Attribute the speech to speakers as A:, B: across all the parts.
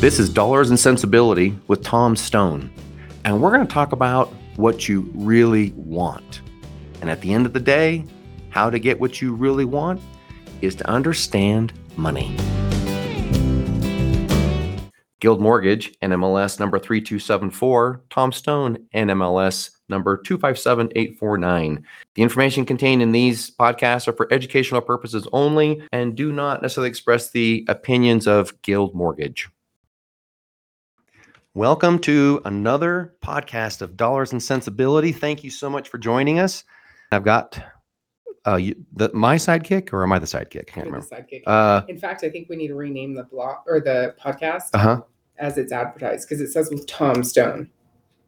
A: This is Dollars and Sensibility with Tom Stone. And we're going to talk about what you really want. And at the end of the day, how to get what you really want is to understand money. Guild Mortgage, NMLS number 3274, Tom Stone, NMLS number 257849. The information contained in these podcasts are for educational purposes only and do not necessarily express the opinions of Guild Mortgage. Welcome to another podcast of Dollars and Sensibility. Thank you so much for joining us. I've got uh, you, the, my sidekick, or am I the sidekick? I can't
B: You're the
A: remember.
B: sidekick.
A: Uh
B: In fact, I think we need to rename the blog or the podcast
A: huh.
B: as it's advertised because it says with Tom Stone,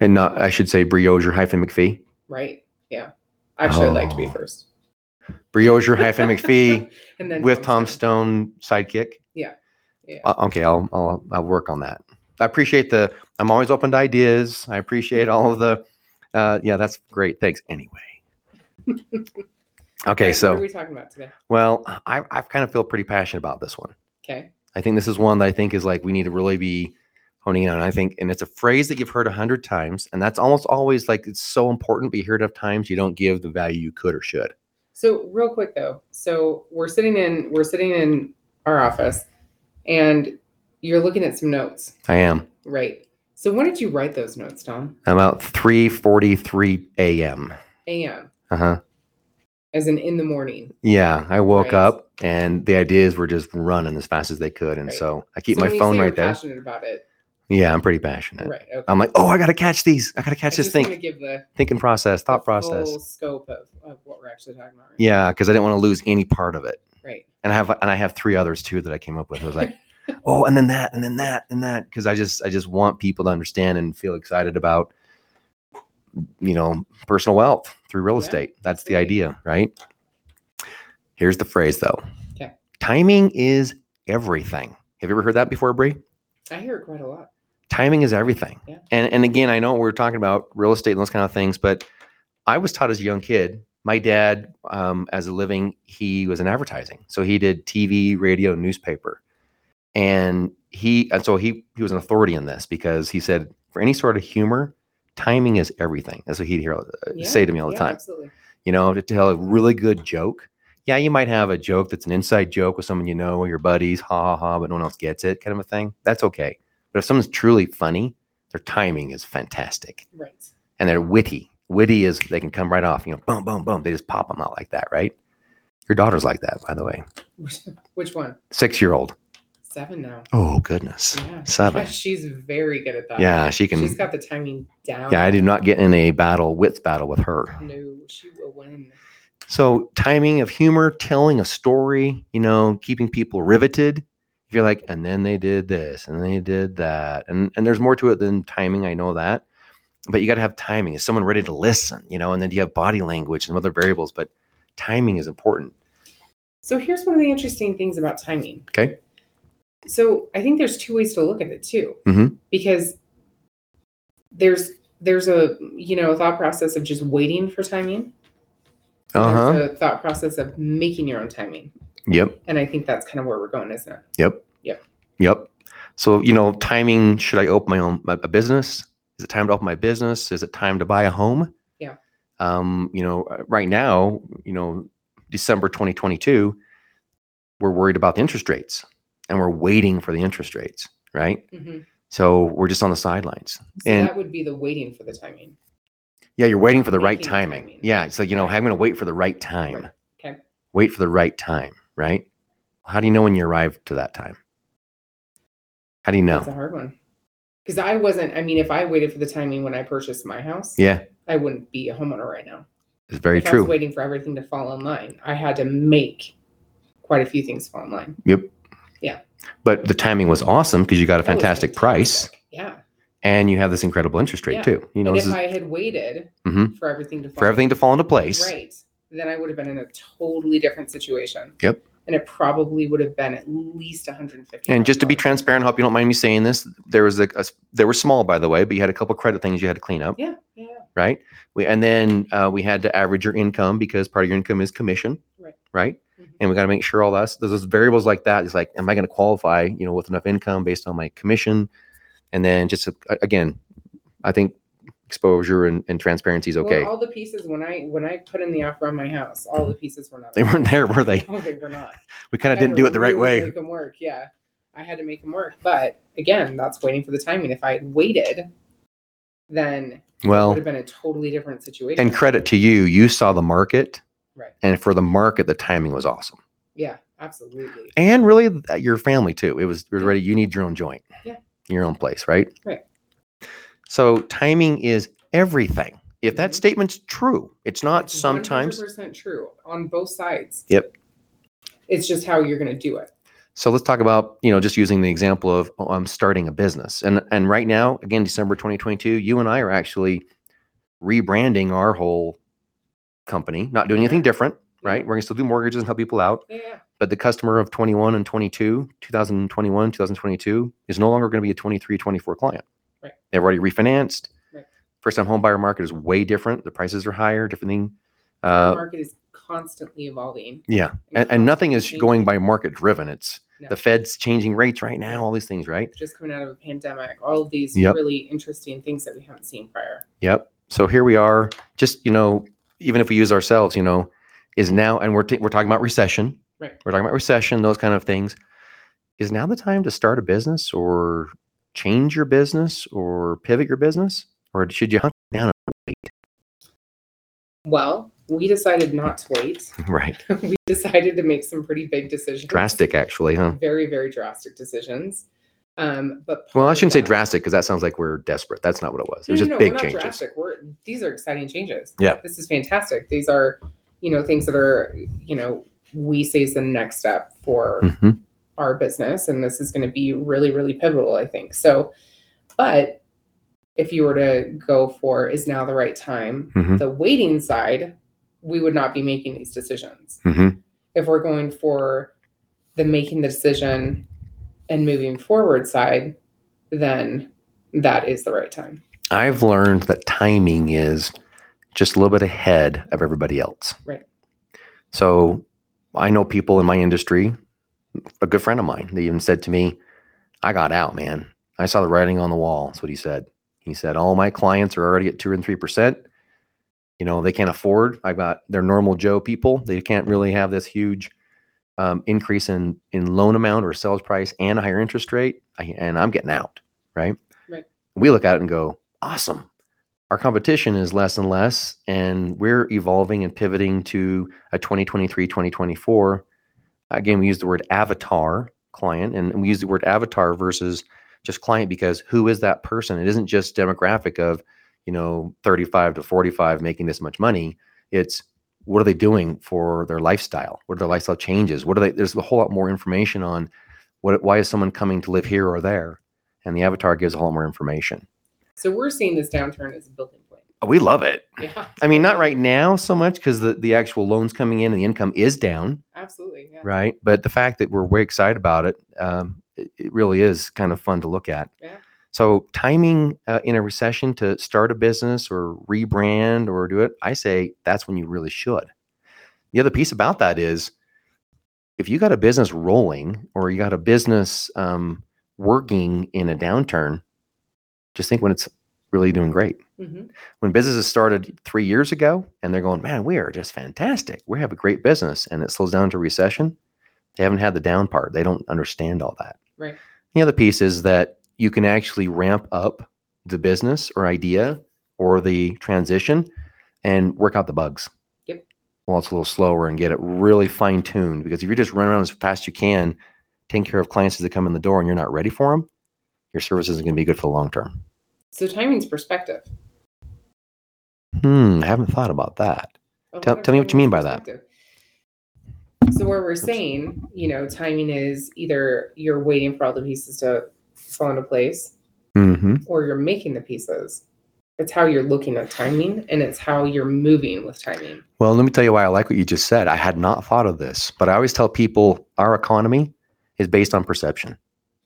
A: And not, I should say Briozier hyphen McPhee.
B: right? Yeah. Actually, I'd like to be
A: Oh.
B: first.
A: Briozier hyphen McPhee.
B: And then
A: with Tom Stone sidekick.
B: Yeah. Yeah.
A: Uh, okay, I'll, I'll I'll work on that. I appreciate the. I'm always open to ideas. I appreciate all of the. Uh, yeah, that's great. Thanks. Anyway. okay,
B: Right, what are
A: so
B: we talking about today?
A: well, I I kind of feel pretty passionate about this one.
B: Okay.
A: I think this is one that I think is like we need to really be honing in on. I think, and it's a phrase that you've heard a hundred times, and that's almost always like it's so important, but you hear it enough times, you don't give the value you could or should.
B: So real quick though, so we're sitting in we're sitting in our office, and you're looking at some notes,
A: I am.
B: right? So when did you write those notes, Tom?
A: I'm about three forty three a.m.
B: A.M.
A: Uh huh.
B: as in in the morning.
A: Yeah, I woke
B: Right.
A: up and the ideas were just running as fast as they could, and
B: Right.
A: so I keep
B: So when
A: my
B: you
A: phone
B: say
A: right
B: you're
A: there.
B: Passionate about it,
A: Yeah, I'm pretty passionate.
B: right? Okay.
A: I'm like, oh, I gotta catch these. I gotta
B: I
A: catch this
B: just wanna
A: think,
B: give the
A: thinking process, thought
B: the
A: process.
B: full scope of, of what we're actually talking about. Right?
A: Yeah, because I didn't want to lose any part of it.
B: Right.
A: And I have and I have three others too that I came up with. I was like, oh, and then that, and then that, and that, because I just I just want people to understand and feel excited about, you know, personal wealth through real
B: Yeah,
A: estate. That's the
B: absolutely.
A: idea, right? Here's the phrase though.
B: Okay.
A: Timing is everything. Have you ever heard that before, Bree?
B: I hear it quite a lot.
A: timing is everything.
B: Yeah.
A: And and again, I know we're talking about real estate and those kind of things, but I was taught as a young kid. My dad, um, as a living, he was in advertising, so he did TV, radio, newspaper, and he and so he he was an authority in this because he said for any sort of humor, timing is everything. That's what he'd hear uh,
B: Yeah,
A: say to me all the
B: yeah,
A: time
B: Absolutely.
A: you know, to tell a really good joke. Yeah, you might have a joke that's an inside joke with someone you know or your buddies, ha ha ha, but no one else gets it, kind of a thing. That's okay. But if someone's truly funny, their timing is fantastic
B: Right.
A: and they're witty. Witty is they can come right off, you know, boom, boom, boom. They just pop them out like that, right? Your daughter's like that, by the way.
B: Which, which one?
A: Six year old.
B: Seven now.
A: Oh, goodness.
B: Yeah.
A: Seven.
B: She's very good at that.
A: Yeah, she
B: She's
A: can.
B: got the timing down.
A: Yeah, I do not get in a battle, wits battle with her.
B: No, she will win.
A: So timing of humor, telling a story, you know, keeping people riveted. If you're like, and then they did this, and they did that, and and there's more to it than timing. I know that, but you got to have timing. Is someone ready to listen? You know, and then you have body language and other variables, but timing is important.
B: So here's one of the interesting things about timing.
A: Okay.
B: So I think there's two ways to look at it too,
A: Mhm.
B: because there's there's a you know thought process of just waiting for timing. and
A: Uh huh.
B: There's a thought process of making your own timing,
A: Yep.
B: and I think that's kind of where we're going, isn't it?
A: Yep.
B: Yep.
A: Yep. So you know, timing. Should I open my own a business? Is it time to open my business? Is it time to buy a home?
B: Yeah.
A: Um, you know, uh, right now, you know, December 2022, we're worried about the interest rates and we're waiting for the interest rates, right?
B: Mhm.
A: So we're just on the sidelines.
B: So
A: And-
B: that would be the waiting for the timing.
A: Yeah, you're waiting for the right
B: Thinking
A: timing.
B: timing.
A: Yeah, it's like, you know, I'm going to wait for the right time.
B: Right. Okay.
A: Wait for the right time, right? How do you know when you arrive to that time? How do you know?
B: That's a hard one. Because I wasn't, I mean, if I waited for the timing when I purchased my house,
A: Yeah,
B: I wouldn't be a homeowner right now.
A: it's very
B: if I
A: true.
B: was waiting for everything to fall in line, I had to make quite a few things fall in line.
A: But the timing was awesome because you got a
B: That was
A: fantastic price
B: fantastic. Yeah.
A: and you have this incredible interest rate
B: Yeah.
A: too. You know,
B: and
A: this
B: if
A: is
B: I had waited
A: Mhm.
B: for everything to fall
A: for everything to fall into place.
B: right, then I would have been in a totally different situation.
A: Yep.
B: And it probably would have been at least 150.
A: And just to be transparent, hope you don't mind me saying this. There was a, a they were small by the way, but you had a couple credit things you had to clean up,
B: Yeah. Yeah. yeah.
A: right? We, and then uh, we had to average your income because part of your income is commission,
B: Right.
A: Right.
B: Mhm.
A: and we got to make sure all that there's those variables like that. It's like, am I going to qualify, you know, with enough income based on my commission? And then just uh, again, I think exposure and, and transparency is okay.
B: Well, all the pieces when I when I put in the offer on my house, all the pieces were not.
A: they weren't there, were they?
B: Oh, they were not.
A: We kind of didn't do it the right way.
B: Make them work. Yeah, I had to make them work. But again, that's waiting for the timing. If I had waited, then it would
A: Well,
B: have been a totally different situation.
A: and credit to you, you saw the market,
B: Right.
A: and for the market, the timing was awesome.
B: Yeah, absolutely.
A: And really, uh, your family too. It was, it was ready. You need your own joint,
B: Yeah.
A: your own place, right?
B: Right.
A: So timing is everything. If that
B: Mhm.
A: statement's true, it's not sometimes.
B: Percent true on both sides.
A: Yep.
B: It's just how you're going to do it.
A: So let's talk about, you know, just using the example of oh, I'm starting a business. And and right now, again, December 2022, you and I are actually rebranding our whole company, not doing anything different, right? We're gonna still do mortgages and help people out.
B: Yeah, yeah.
A: But the customer of 21 and 22, 2021, 2022 is no longer gonna be a 23, 24 client.
B: Right.
A: They've already refinanced.
B: Right.
A: First time home buyer market is way different. The prices are higher, different thing. Uh,
B: the market is constantly evolving.
A: yeah. And, and nothing is
B: constantly
A: going by market driven. It's
B: No.
A: the Fed's changing rates right now, all these things, right?
B: just coming out of a pandemic, all of these
A: Yep.
B: really interesting things that we haven't seen prior.
A: Yep. So here we are, just, you know, even if we use ourselves, you know, is now, and we're, t- we're talking about recession.
B: Right.
A: We're talking about recession, those kind of things. Is now the time to start a business or change your business or pivot your business? Or should you hunt down?
B: Well, we decided not to wait.
A: Right.
B: we decided to make some pretty big decisions.
A: Drastic, actually, huh?
B: Very, very drastic decisions. Um, but
A: Well, I shouldn't say
B: drastic.
A: drastic because that sounds like we're desperate. That's not what it was. It
B: No,
A: was
B: no,
A: just
B: no,
A: big
B: we're not
A: changes.
B: drastic. We're, these are exciting changes.
A: Yeah.
B: This is fantastic. These are, you know, things that are, you know, we say is the next step for
A: hmm
B: our business. And this is going to be really, really pivotal, I think. So, but if you were to go for is now the right time,
A: Mhm.
B: the waiting side, we would not be making these decisions.
A: hmm
B: If we're going for the making the decision and moving forward side, then that is the right time.
A: I've learned that timing is just a little bit ahead of everybody else.
B: Right.
A: So I know people in my industry, a good friend of mine, they even said to me, I got out, man. I saw the writing on the wall. That's what he said. He said, All my clients are already at two and three percent. You know, they can't afford. I got they're normal Joe people. They can't really have this huge um, increase in in loan amount or sales price and a higher interest rate. I, and I'm getting out, right?
B: Right.
A: We look at it and go, awesome. Our competition is less and less, and we're evolving and pivoting to a 2023, 2024. Again, we use the word avatar client, and and we use the word avatar versus just client because who is that person? It isn't just demographic of, you know, 35 to 45 making this much money. It's what are they doing for their lifestyle? What are their lifestyle changes? What are they? There's a whole lot more information on what, why is someone coming to live here or there? And the avatar gives a whole lot more information.
B: So we're seeing this downturn as a building point.
A: We love it.
B: Yeah,
A: I mean, not right now so much because the, the actual loans coming in and the income is down,
B: absolutely. Yeah.
A: right? But the fact that we're way excited about it, um, it, it really is kind of fun to look at.
B: Yeah.
A: So timing uh, in a recession to start a business or rebrand or do it, I say that's when you really should. The other piece about that is if you got a business rolling or you got a business um, working in a downturn, just think when it's really doing great
B: hmm
A: when businesses started three years ago and they're going, man, we are just fantastic. We have a great business and it slows down to recession. They haven't had the down part. They don't understand all that.
B: Right.
A: The other piece is that you can actually ramp up the business or idea or the transition and work out the bugs.
B: Yep.
A: While it's a little slower and get it really fine tuned because if you're just running around as fast as you can, taking care of clients as they come in the door and you're not ready for them, your service isn't going to be good for the long term.
B: So timing's perspective.
A: Hmm, I haven't thought about that.
B: A
A: Tell-
B: lot of
A: tell me what you mean by
B: timing's
A: that.
B: perspective. So where we're saying, you know, timing is either you're waiting for all the pieces to fall into place,
A: Mm-hmm.
B: or you're making the pieces. It's how you're looking at timing, and it's how you're moving with timing.
A: Well, let me tell you why I like what you just said. I had not thought of this, but I always tell people our economy is based on perception,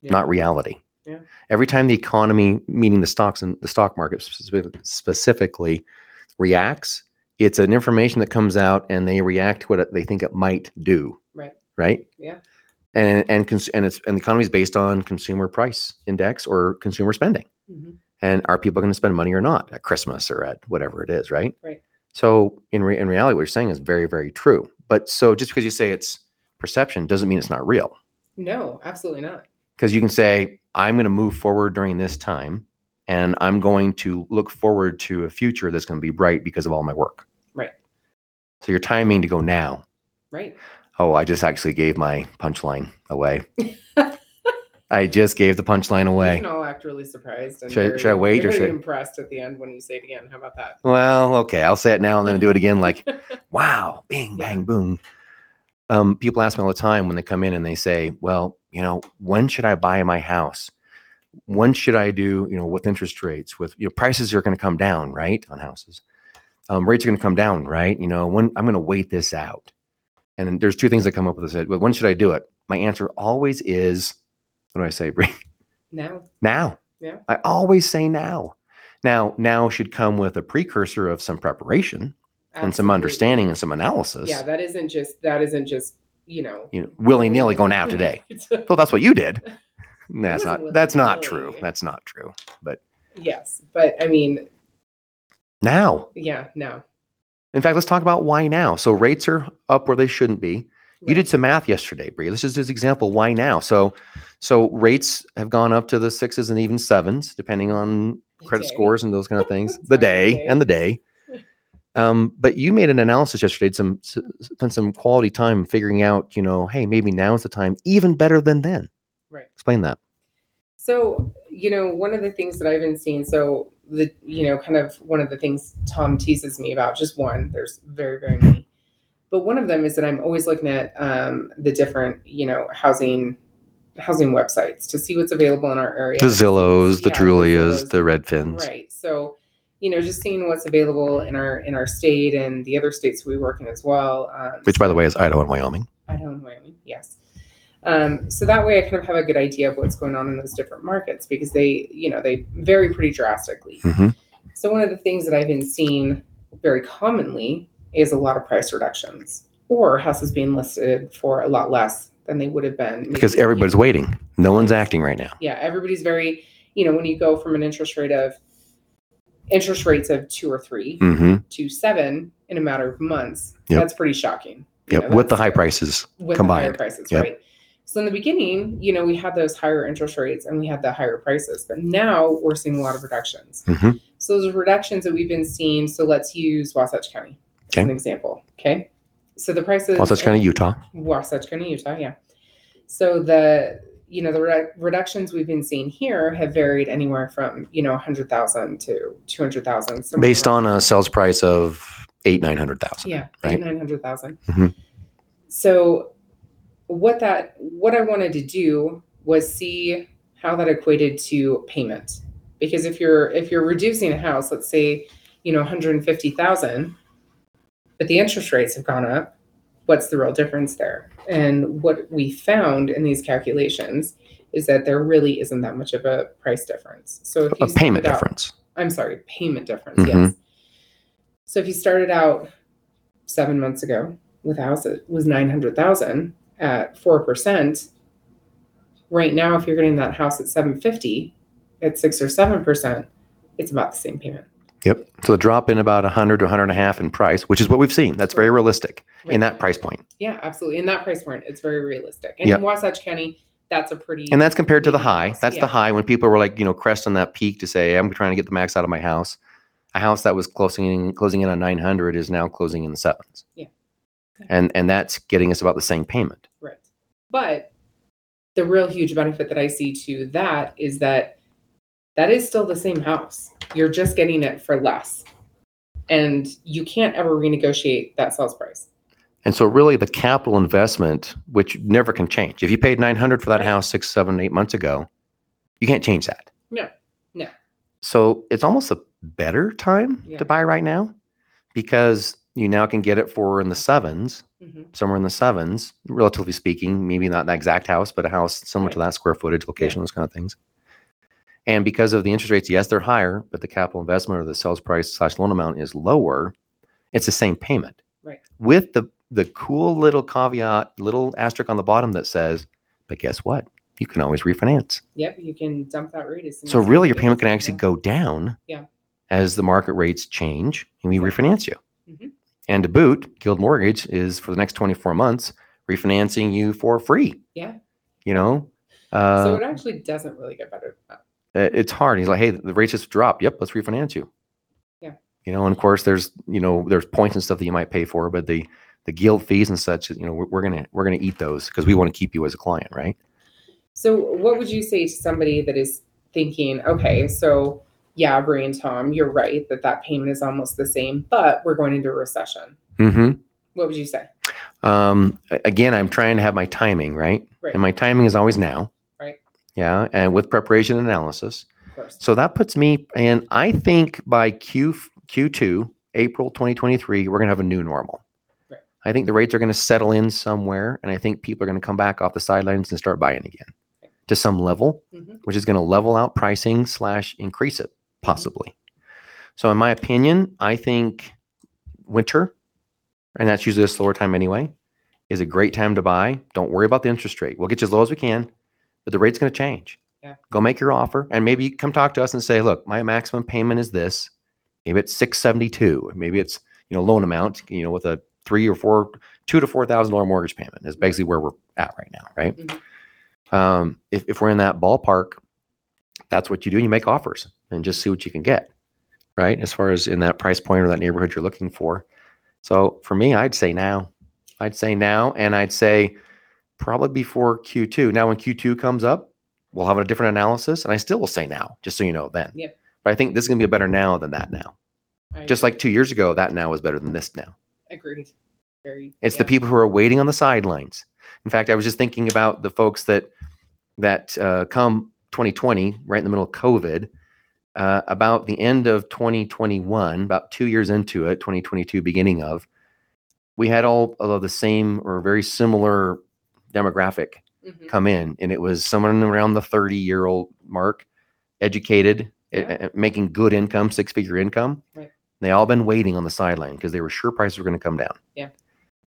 B: Yeah.
A: not reality.
B: Yeah.
A: Every time the economy, meaning the stocks and the stock market speci- specifically, reacts, It's an information that comes out and they react to what it- they think it might do.
B: Right.
A: Right.
B: Yeah.
A: And and cons- and it's and the economy is based on consumer price index or consumer spending.
B: Mhm.
A: And are people going to spend money or not at Christmas or at whatever it is, right?
B: Right.
A: So in re- in reality, what you're saying is very very true. But so just because you say it's perception doesn't mean it's not real.
B: No, absolutely not.
A: because you can say i'm going to move forward during this time and i'm going to look forward to a future that's going to be bright because of all my work
B: Right.
A: so your timing to go now
B: Right.
A: oh i just actually gave my punchline away i just gave the punchline
B: We
A: away
B: can all act really surprised. And
A: Should I-
B: very-
A: should I wait or
B: very
A: should I-
B: impressed at the end when you say it again? How about that?
A: well okay i'll say it now and then do it again like wow bing
B: Yeah.
A: bang boom um, people ask me all the time when they come in and they say well you know when should i buy my house when should i do you know with interest rates with you know prices are going to come down right on houses um, rates are going to come down right you know when i'm going to wait this out and then there's two things that come up with this well, when should i do it my answer always is what do i say Bree?
B: Now,
A: now.
B: Yeah.
A: I always say now. Now, now should come with a precursor of some preparation and some
B: absolutely.
A: understanding and some analysis.
B: Yeah, that isn't just that isn't just you know
A: You know, willy nilly going out today. Well, that's what you did. That's
B: wasn't
A: not. That's not true.
B: willy-nilly.
A: That's not true.
B: yes, but I mean,
A: Now,
B: yeah, no.
A: in fact, let's talk about why now. So rates are up where they shouldn't be. You
B: Right.
A: did some math yesterday, Bree. Let's just do this example. Why now? So, so rates have gone up to the sixes and even sevens, depending on credit
B: Okay.
A: scores and those kind of things.
B: Sorry,
A: the
B: the
A: day
B: day.
A: and the day. Um, but you made an analysis yesterday. Some s- spent some quality time figuring out. You know, hey, maybe now's the time, even better than then.
B: Right.
A: Explain that.
B: So, you know, one of the things that I've been seeing, so the, you know, kind of one of the things Tom teases me about, just one, there's very, very many. But one of them is that I'm always looking at um, the different, you know, housing housing websites to see what's available in our area.
A: The Zillows, the
B: Yeah, the
A: Trulias,
B: Zulus.
A: the Redfins.
B: Right. So, you know, just seeing what's available in our in our state and the other states we work in as well. Um,
A: Which, by the way, is Idaho and Wyoming.
B: Idaho and Wyoming, yes. Um, so that way I kind of have a good idea of what's going on in those different markets because they, you know, they vary pretty drastically.
A: Mm-hmm.
B: So one of the things that I've been seeing very commonly is a lot of price reductions or houses being listed for a lot less than they would have been. maybe-
A: Because everybody's waiting. No one's acting right now.
B: yeah, everybody's very, you know, when you go from an interest rate of interest rates of two or three
A: Mm-hmm.
B: to seven in a matter of months,
A: Yep.
B: that's pretty shocking. You
A: Yep.
B: know,
A: With the
B: that's-
A: high prices.
B: with the higher
A: Combined.
B: prices,
A: Yep.
B: right? So in the beginning, you know, we had those higher interest rates and we had the higher prices, but now we're seeing a lot of reductions.
A: Mhm.
B: So those reductions that we've been seeing. So let's use Wasatch County as an
A: Okay.
B: example. Okay. So the prices
A: Also, it's kind of Utah.
B: Wasatch County, Utah, yeah. So the you know the redu- reductions we've been seeing here have varied anywhere from you know 100,000 to 200,000 somewhere
A: Based
B: around-
A: on a sales price of eight, nine hundred thousand.
B: yeah
A: right?
B: nine hundred thousand.
A: Mhm.
B: So what that what I wanted to do was see how that equated to payment because if you're if you're reducing a house, let's say you know one hundred fifty thousand, but the interest rates have gone up. What's the real difference there? And what we found in these calculations is that there really isn't that much of a price difference. So if you
A: A
B: step
A: payment
B: it out-
A: difference.
B: I'm sorry, payment difference.
A: Mhm.
B: Yes. So if you started out seven months ago with a house that was nine hundred thousand at four percent, right now if you're getting that house at seven fifty, at six or seven percent, it's about the same payment.
A: Yep. So the drop in about 100 to 100 and a half in price, which is what we've seen. That's very realistic in that price point.
B: Yeah, absolutely. In that price point, it's very realistic. And
A: Yeah.
B: in Wasatch County, that's a pretty
A: And that's compared to the high. That's
B: Yeah.
A: the high when people were like, you know, cresting that peak to say, I'm trying to get the max out of my house. A house that was closing in, closing in on 900 is now closing in the sevens.
B: Yeah.
A: And and that's getting us about the same payment.
B: Right. But the real huge benefit that I see to that is that that is still the same house. You're just getting it for less. And you can't ever renegotiate that sales price.
A: And so really the capital investment, which never can change. If you paid 900 for that
B: Right.
A: house six, seven, eight months ago, you can't change that.
B: No. No.
A: So it's almost a better time
B: Yeah.
A: to buy right now because you now can get it for in the sevens, somewhere in the sevens, relatively speaking, maybe not that exact house, but a house similar to
B: Right.
A: that square footage, location, those kind of things. And because of the interest rates, yes, they're higher, but the capital investment or the sales price slash loan amount is lower. It's the same payment.
B: Right.
A: With the the cool little caveat, little asterisk on the bottom that says, but guess what? You can always refinance.
B: Yep, you can dump that rate as soon
A: So
B: as
A: really,
B: you
A: your
B: get
A: payment can
B: it.
A: actually go down.
B: Yeah.
A: As the market rates change and we refinance you.
B: Mhm.
A: And to boot, Guild Mortgage is for the next 24 months refinancing you for free.
B: Yeah.
A: You know, uh,
B: So it actually doesn't really get better than that.
A: it- it's hard. He's like, hey, the rates just dropped. Yep, let's refinance you.
B: Yeah.
A: You know, and of course, there's you know there's points and stuff that you might pay for, but the the guild fees and such, you know, we're, we're gonna we're gonna eat those because we want to keep you as a client, right?
B: So what would you say to somebody that is thinking, okay, so yeah, Brie and Tom, you're right that that payment is almost the same, but we're going into a recession.
A: Mm-hmm.
B: What would you say?
A: um a- again i'm trying to have my timing right,
B: Right.
A: and my timing is always now
B: Right.
A: yeah and with preparation and analysis
B: Of course.
A: so that puts me and i think by q q2 april 2023 we're going to have a new normal
B: Right.
A: i think the rates are going to settle in somewhere and i think people are going to come back off the sidelines and start buying again
B: Right.
A: to some level
B: Mhm.
A: which is going to level out pricing slash increase it possibly so in my opinion i think winter and that's usually a slower time anyway is a great time to buy don't worry about the interest rate we'll get you as low as we can but the rate's going to change
B: Yeah.
A: go make your offer and maybe come talk to us and say look my maximum payment is this maybe it's 672 maybe it's you know loan amount you know with a three or four two to four thousand dollar mortgage payment is basically where we're at right now right
B: Mhm.
A: um, if, if we're in that ballpark that's what you do you make offers and just see what you can get right as far as in that price point or that neighborhood you're looking for so for me i'd say now i'd say now and i'd say probably before q2 now when q2 comes up we'll have a different analysis and i still will say now just so you know then
B: Yep.
A: but i think this is going to be better now than that now
B: I
A: just like two years ago, that now is better than this now.
B: agreed. Very
A: It's
B: yeah.
A: the people who are waiting on the sidelines. In fact, I was just thinking about the folks that that uh, come 2020, right in the middle of COVID, uh, about the end of 2021, about two years into it, 2022, beginning of, we had all of the same or very similar demographic
B: Mhm.
A: come in, and it was someone around the 30 year old mark, educated, eh,
B: Yeah.
A: eh, making good income, six figure income.
B: Right.
A: They all been waiting on the sideline because they were sure prices were going to come down.
B: Yeah.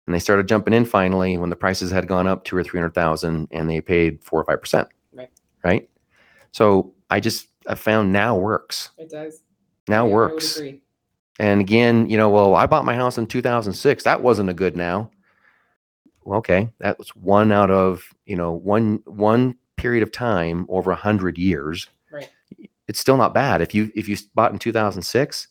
A: And they started jumping in finally when the prices had gone up two or three hundred thousand, and they paid four or five percent.
B: Right.
A: Right. So I just I found now works.
B: It does.
A: Now
B: Yeah,
A: works.
B: I would agree.
A: And again, you know, well, I bought my house in 2006. That wasn't a good now. Well, okay, that was one out of you know one one period of time over a hundred years.
B: Right.
A: It's still not bad if you if you s- bought in 2006,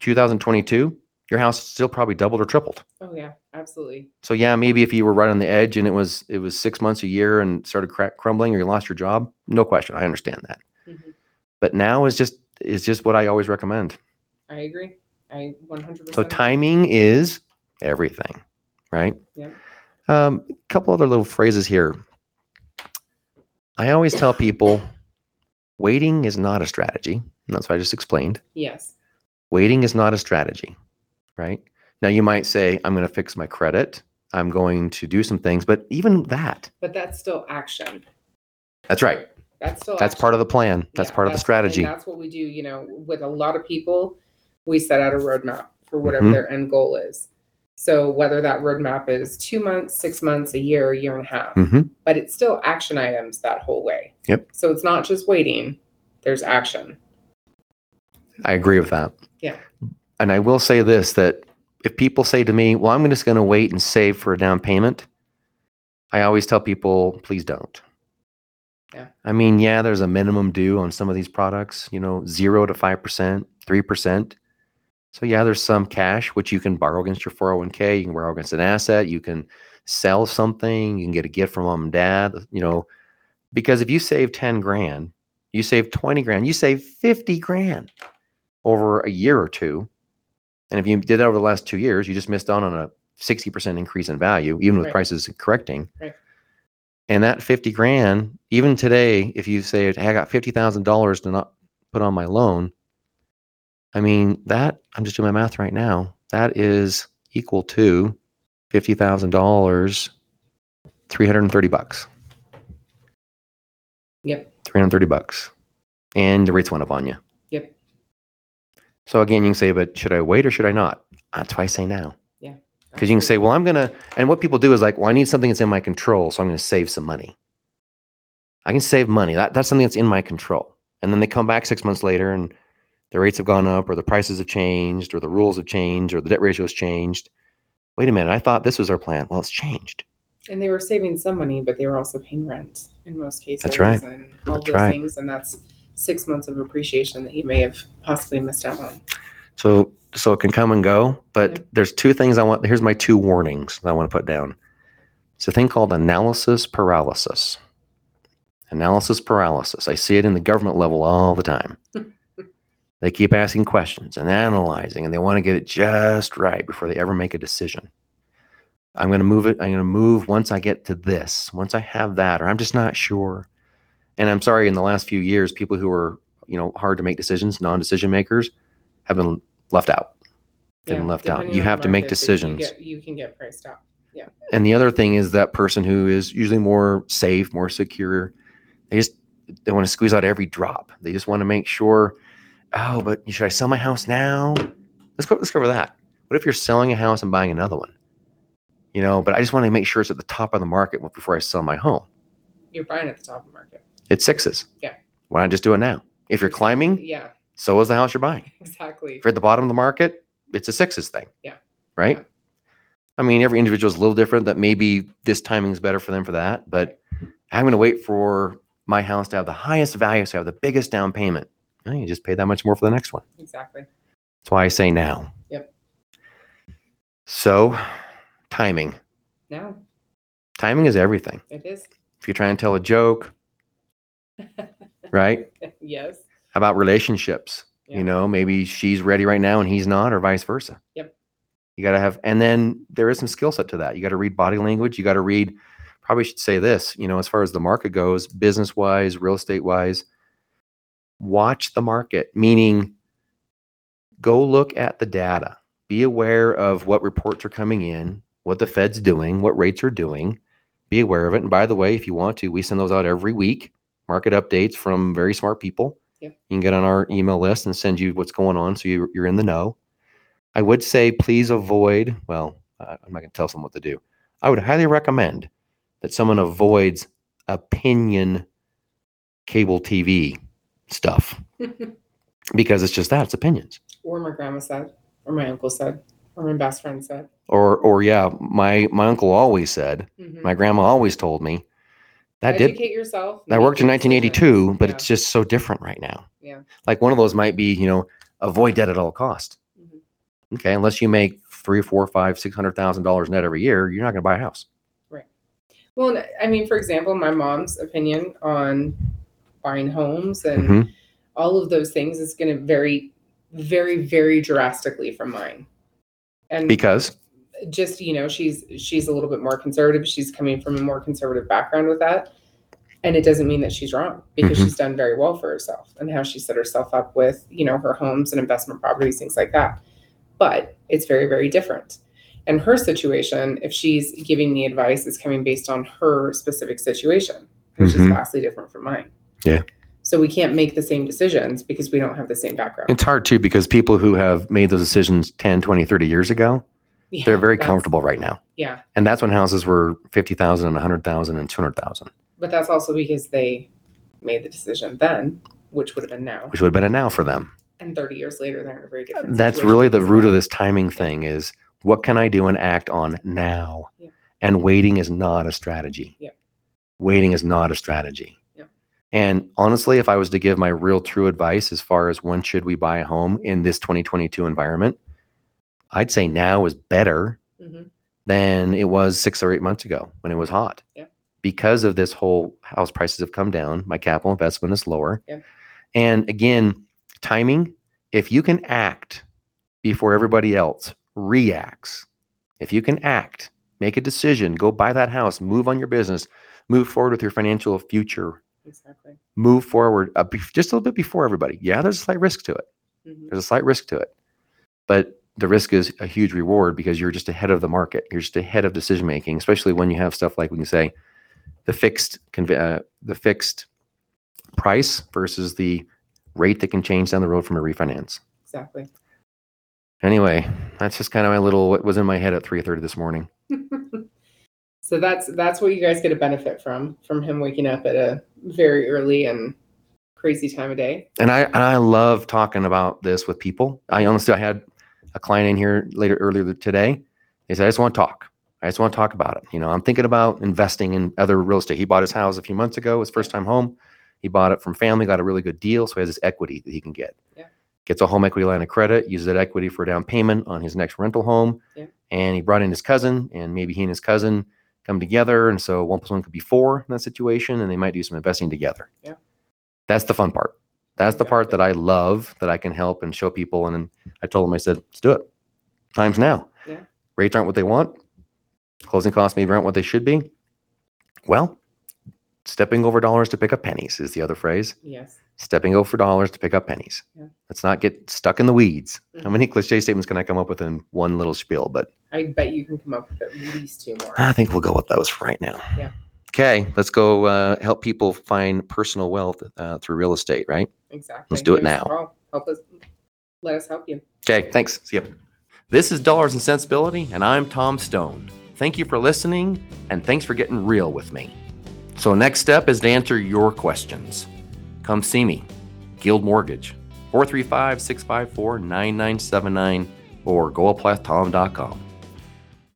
A: 2022, your house still probably doubled or tripled.
B: Oh yeah, absolutely.
A: So yeah, maybe if you were right on the edge and it was it was six months a year and started cra- crumbling or you lost your job, no question, I understand that.
B: Mhm.
A: But now is just is just what I always recommend.
B: I agree. I 100%.
A: So timing is everything, right?
B: Yeah.
A: Um, a couple other little phrases here. I always tell people waiting is not a strategy. And that's what I just explained.
B: Yes.
A: Waiting is not a strategy, right? Now you might say, I'm going to fix my credit. I'm going to do some things, but even that,
B: But that's still action.
A: that's right.
B: That's still
A: That's
B: action.
A: part of the plan. That's
B: Yeah,
A: part of the
B: that's-
A: strategy.
B: And that's what we do, you know, with a lot of people, we set out a roadmap for whatever
A: Mhm.
B: their end goal is. So whether that roadmap is two months, six months, a year, a year and a half,
A: hmm
B: but it's still action items that whole way.
A: Yep.
B: So it's not just waiting, there's action.
A: I agree with that.
B: Yeah.
A: And I will say this that if people say to me, well, I'm just going to wait and save for a down payment, I always tell people, please don't.
B: Yeah.
A: I mean, yeah, there's a minimum due on some of these products, you know, zero to 5%, 3%. So, yeah, there's some cash which you can borrow against your 401k, you can borrow against an asset, you can sell something, you can get a gift from mom and dad, you know, because if you save 10 grand, you save 20 grand, you save 50 grand over a year or two. And if you did that over the last two years, you just missed out on a 60% increase in value, even with
B: Right.
A: prices correcting.
B: Right.
A: And that 50 grand, even today, if you say, hey, I got $50,000 to not put on my loan, I mean, that, I'm just doing my math right now, that is equal to $50,000, 330 bucks.
B: Yep.
A: 330 bucks. And the rates went up on you.
B: Yep.
A: So again, you can say, but should I wait or should I not? That's why I say now.
B: Yeah.
A: Because you can say, well, I'm going to, and what people do is like, well, I need something that's in my control. So I'm going to save some money. I can save money. That, that's something that's in my control. And then they come back six months later and the rates have gone up or the prices have changed or the rules have changed or the debt ratio has changed. Wait a minute. I thought this was our plan. Well, it's changed.
B: And they were saving some money, but they were also paying rent in most cases.
A: right.
B: And all
A: That's
B: those
A: right.
B: things. And that's six months of appreciation that you may have possibly missed out on.
A: So so it can come and go, but
B: Yeah.
A: there's two things I want. Here's my two warnings that I want to put down. It's a thing called analysis paralysis. Analysis paralysis. I see it in the government level all the time. they keep asking questions and analyzing, and they want to get it just right before they ever make a decision. I'm going to move it. I'm going to move once I get to this, once I have that, or I'm just not sure. And I'm sorry, in the last few years, people who are, you know, hard to make decisions, non decision makers, have been left out. They've been
B: Yeah,
A: left out.
B: depending
A: You
B: on the
A: have to make
B: market, but you
A: decisions.
B: get- You can get priced out.
A: And the other thing is that person who is usually more safe, more secure, they just they want to squeeze out every drop. They just want to make sure, oh, but should I sell my house now? Let's go let's go over that. What if you're selling a house and buying another one? You know, but I just want to make sure it's at the top of the market before I sell my home.
B: You're buying at the top of market.
A: It's sixes.
B: Yeah.
A: Why not just do it now? If you're climbing,
B: Yeah,
A: so is the house you're buying.
B: exactly.
A: if you're at the bottom of the market, it's a sixes thing.
B: Yeah.
A: Right.
B: Yeah.
A: I mean, every individual is a little different. That maybe this timing is better for them for that, but I'm going to wait for my house to have the highest value, so I have the biggest down payment. No, you just pay that much more for the next one.
B: Exactly.
A: That's why I say now.
B: Yep.
A: So, timing.
B: Now
A: Timing is everything.
B: it is.
A: If you try and tell a joke, right?
B: yes.
A: How about relationships?
B: Yeah.
A: You know, maybe she's ready right now and he's not, or vice versa.
B: Yep.
A: You got to have, and then there is some skill set to that. You got to read body language. You got to read, probably should say this, you know, as far as the market goes, business wise, real estate wise, watch the market, meaning go look at the data, be aware of what reports are coming in, what the Fed's doing, what rates are doing, be aware of it. And by the way, if you want to, we send those out every week, market updates from very smart people you can get on our email list and send you what's going on so you're, you're in the know i would say please avoid well I- i'm not going to tell someone what to do i would highly recommend that someone avoids opinion cable tv stuff because it's just that it's opinions
B: or my grandma said, or my uncle said, or my best friend said.
A: or or yeah my my uncle always said
B: Mhm.
A: my grandma always told me that did
B: Educate yourself.
A: that
B: make
A: worked in
B: your decisions.
A: 1982 but
B: Yeah.
A: it's just so different right now
B: Yeah.
A: like one of those might be you know avoid debt at all cost
B: Mhm.
A: okay unless you make three four five six hundred thousand dollars net every year you're not going to buy a house
B: Well, and I mean, for example, my mom's opinion on buying homes and
A: Mhm.
B: all of those things is going to vary, very, very drastically from mine. And
A: because
B: just you know she's she's a little bit more conservative she's coming from a more conservative background with that and it doesn't mean that she's wrong because
A: Mhm.
B: she's done very well for herself and how she set herself up with you know her homes and investment properties things like that but it's very very different and her situation if she's giving me advice is coming based on her specific situation which is
A: Mhm.
B: vastly different from mine
A: Yeah.
B: so we can't make the same decisions because we don't have the same background
A: it's hard too because people who have made those decisions 10 20 30 years ago
B: Yeah,
A: they're very
B: that's-
A: comfortable right now
B: yeah
A: and that's when houses were 50000 and 100000 and 200000
B: But that's also because they made the decision then, which would have been now.
A: which would have been a now for them
B: And 30 years later, they're in a very different
A: that's
B: situation.
A: really the root of this timing thing is what can i do and act on now
B: Yeah.
A: and waiting is not a strategy
B: Yeah.
A: waiting is not a strategy
B: Yeah.
A: and honestly if i was to give my real true advice as far as when should we buy a home in this 2022 environment i'd say now is better
B: Mhm.
A: than it was six or eight months ago when it was hot.
B: Yeah.
A: Because of this whole house prices have come down, my capital investment is lower.
B: Yeah.
A: And again, timing, if you can act before everybody else reacts, if you can act, make a decision, go buy that house, move on your business, move forward with your financial future,
B: Exactly.
A: move forward uh, bef- just a little bit before everybody. Yeah, there's a slight risk to it.
B: Mhm.
A: There's a slight risk to it, but the risk is a huge reward because you're just ahead of the market. You're just ahead of decision making, especially when you have stuff like we can say the fixed conv- uh, the fixed price versus the rate that can change down the road from a refinance.
B: Exactly.
A: Anyway, that's just kind of my little what was in my head at three thirty this morning.
B: So that's that's what you guys get a benefit from from him waking up at a very early and crazy time of day.
A: and I and I love talking about this with people. I honestly, I had a client in here later earlier today. He said, "I just want to talk. I just want to talk about it." You know, I'm thinking about investing in other real estate. He bought his house a few months ago, his first time home. He bought it from family, got a really good deal, so he has this equity that he can get.
B: Yeah.
A: Gets a home equity line of credit, uses that equity for down payment on his next rental home.
B: Yeah.
A: And he brought in his cousin, and maybe he and his cousin come together, and so one plus one could be four in that situation, and they might do some investing together.
B: Yeah.
A: That's the fun part. That's the
B: Yeah.
A: part that I love that I can help and show people. And then I told them, I said, let's do it. Times now.
B: Yeah.
A: Rates aren't what they want. Closing costs maybe aren't what they should be. Well, stepping over dollars to pick up pennies is the other phrase.
B: Yes.
A: Stepping over dollars to pick up pennies.
B: Yeah.
A: Let's not get stuck in the weeds. How
B: Mhm.
A: many cliche statements can I come up with in one little spiel? But
B: I bet you can come up with at least two more.
A: I think we'll go with those for right now.
B: Yeah.
A: Okay, let's go uh, help people find personal wealth uh, through real estate, right?
B: Exactly.
A: Let's do it
B: Give us a
A: now.
B: call. Help us. Let us help you.
A: Okay, thanks. See ya. This is Dollars and Sensibility, and I'm Tom Stone. Thank you for listening, and thanks for getting real with me. So, next step is to answer your questions. Come see me, Guild Mortgage, 435 654 9979, or goaplathtom.com.